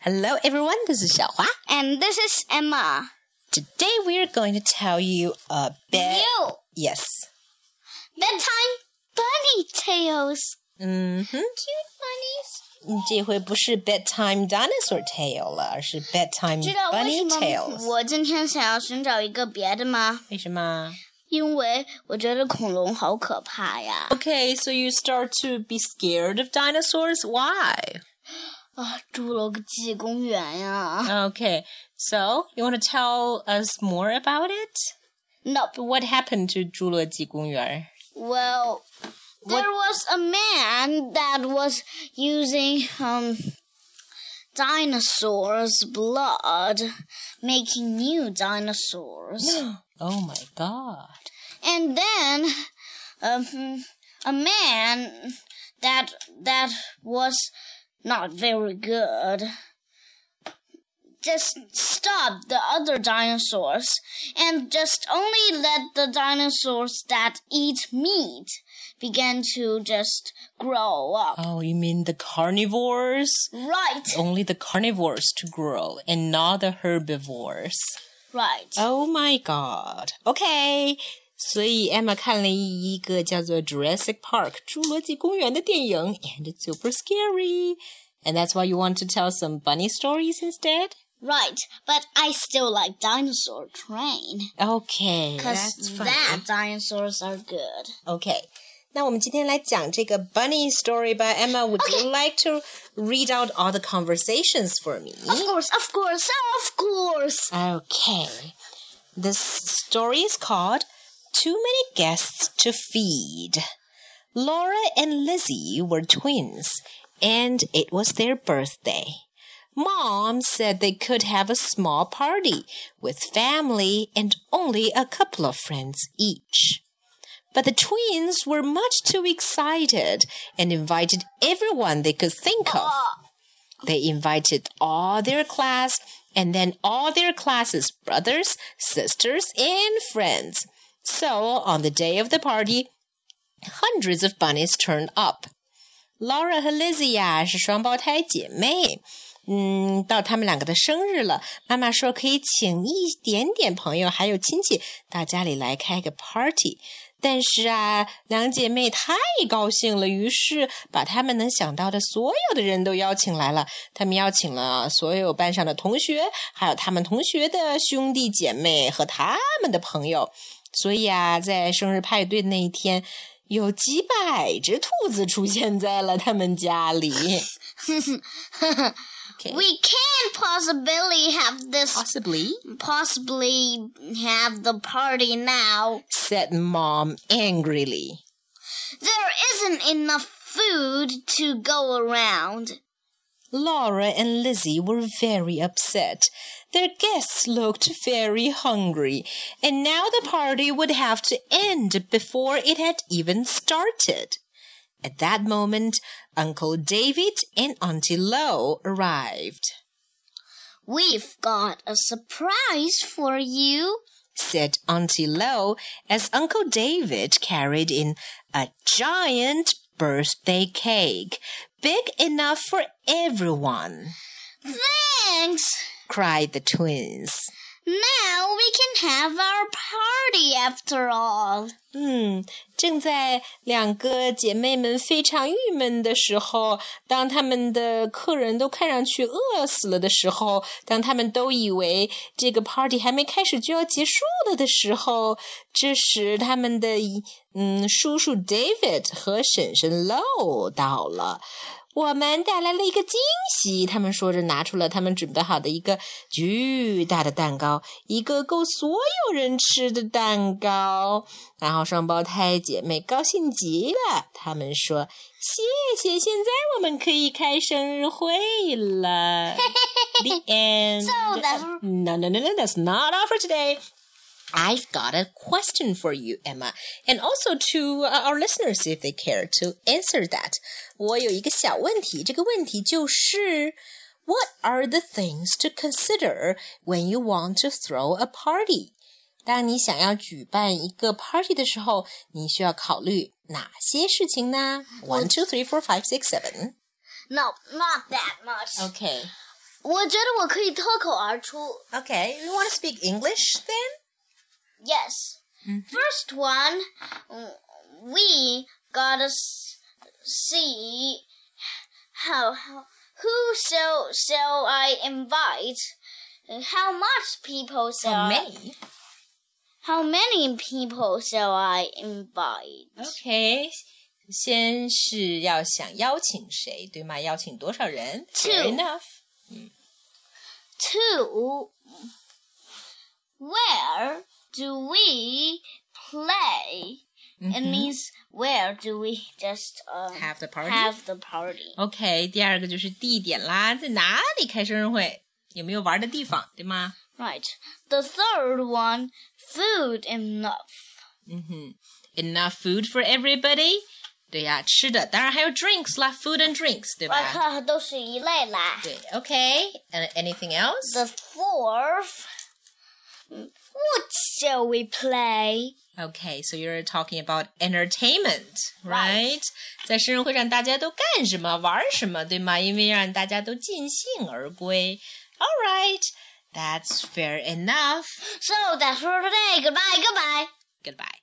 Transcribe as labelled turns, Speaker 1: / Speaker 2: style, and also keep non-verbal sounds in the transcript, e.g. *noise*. Speaker 1: Hello, everyone. This is Xiaohua.
Speaker 2: And this is Emma.
Speaker 1: Today we are going to tell you a bed.
Speaker 2: You
Speaker 1: Yes.
Speaker 2: bedtime bunny tales.
Speaker 1: 嗯哼，
Speaker 2: Cute bunnies.
Speaker 1: 这回不是 bedtime dinosaur tale 了，而是 bedtime
Speaker 2: 知道为
Speaker 1: Mm, bunny
Speaker 2: 什么
Speaker 1: tales。
Speaker 2: 我今天想要寻找一个别的吗？
Speaker 1: 为什么
Speaker 2: 因为我觉得恐龙好可怕呀！
Speaker 1: ？Okay, so you start to be scared of dinosaurs. Why?
Speaker 2: 啊，侏罗纪公园呀
Speaker 1: Okay, so you want to tell us more about it?
Speaker 2: ！No,
Speaker 1: What happened to 侏罗纪公园
Speaker 2: well, there was a man that was using um dinosaurs' blood, making new dinosaurs.
Speaker 1: Oh my god.
Speaker 2: and then um, a man that that was not very good just stopped the other dinosaurs and just only let the dinosaurs that eat meat began to just grow up
Speaker 1: Oh, you mean the carnivores?
Speaker 2: right
Speaker 1: only the carnivores to grow and not the herbivores.
Speaker 2: right
Speaker 1: Oh my god. Okay. 所以 Emma 看了一个叫做《Jurassic Park》侏罗纪公园的电影，and it's super scary. And that's why you want to tell some bunny stories instead.
Speaker 2: right but i still like dinosaur train
Speaker 1: Okay,
Speaker 2: because
Speaker 1: that's fine.
Speaker 2: that dinosaurs are good
Speaker 1: Okay. 那我们今天来讲这个 bunny story by Emma. Would you like to read out all the conversations for me?
Speaker 2: of course of course oh, of course
Speaker 1: Okay. This story is called Too Many Guests to Feed. Laura and Lizzie were twins, and it was their birthday. Mom said they could have a small party with family and only a couple of friends each. But the twins were much too excited and invited everyone they could think of.
Speaker 2: Oh,
Speaker 1: They invited all their class and then all their classes' brothers, sisters, and friends. So on the day of the party, hundreds of bunnies turned up. Laura 和 Lizzie 呀是双胞胎姐妹，嗯，到她们两个的生日了，妈妈说可以请一点点朋友还有亲戚到家里来开个 party。但是啊，两姐妹太高兴了，于是把她们能想到的所有的人都邀请来了。她们邀请了所有班上的同学，还有他们同学的兄弟姐妹和他们的朋友。所以啊，在生日派对那一天，有几百只兔子出现在了他们家里。Okay.
Speaker 2: We can possibly have this,
Speaker 1: Possibly,
Speaker 2: possibly have the party now.
Speaker 1: said Mom angrily.
Speaker 2: There isn't enough food to go around.
Speaker 1: Laura and Lizzie were very upset. Their guests looked very hungry, and now the party would have to end before it had even started. At that moment, Uncle David and Auntie Lo arrived,
Speaker 2: We've got a surprise for you.
Speaker 1: said Auntie Lo as Uncle David carried in a giant birthday cake, big enough for everyone,
Speaker 2: Thanks.
Speaker 1: cried the twins.
Speaker 2: Now we can have our party after all.
Speaker 1: 嗯，正在两个姐妹们非常郁闷的时候，当她们的客人都看上去饿死了的时候，当她们都以为这个 party 还没开始就要结束了的时候，这时他们的嗯叔叔 David 和婶婶 Low 到了。我们带来了一个惊喜，他们说着拿出了他们准备好的一个巨大的蛋糕，一个够所有人吃的蛋糕。然后双胞胎姐妹高兴极了，她们说：“谢谢，现在我们可以开生日会了。” The end.
Speaker 2: So Oh, that's-
Speaker 1: no, no, no, no. That's not all for today. I've got a question for you, Emma, and also to uh, our listeners if they care to answer that. 我有一个小问题，这个问题就是，What are the things to consider when you want to throw a party？当你想要举办一个 party 的时候，你需要考虑哪些事情呢？One, two, three, four, five, six, seven.
Speaker 2: No, not that much.
Speaker 1: Okay.
Speaker 2: 我觉得我可以脱口而出。
Speaker 1: Okay, you want to speak English then?
Speaker 2: Yes.
Speaker 1: Mm-hmm.
Speaker 2: First one, mm, we gotta s- see how, how who shall shall I invite? and How much people shall
Speaker 1: How
Speaker 2: I-
Speaker 1: many?
Speaker 2: how many people shall I invite?
Speaker 1: Okay. 先是要想邀请谁，对吗？邀请多少人
Speaker 2: Two.
Speaker 1: Fair enough.
Speaker 2: Two. Where do we play? It means where do we just um,
Speaker 1: Mm-hmm. Have the party?
Speaker 2: Have the party.
Speaker 1: OK，第二个就是地点啦，在哪里开生日会？有没有玩的地方，对吗？
Speaker 2: Right. The third one, food enough.
Speaker 1: 嗯哼，enough food for everybody。对呀，吃的，当然还有 drinks 啦，food and drinks，对吧？
Speaker 2: *laughs* 哇，都是一类啦。
Speaker 1: 对，OK，and anything
Speaker 2: The
Speaker 1: else？
Speaker 2: fourth, what shall we play?
Speaker 1: Okay, so you're talking about entertainment, right?
Speaker 2: Right.
Speaker 1: 在生日会上大家都干什么、玩什么，对吗？因为让大家都尽兴而归。All right, that's fair enough.
Speaker 2: So that's for today. Goodbye, goodbye.
Speaker 1: Goodbye.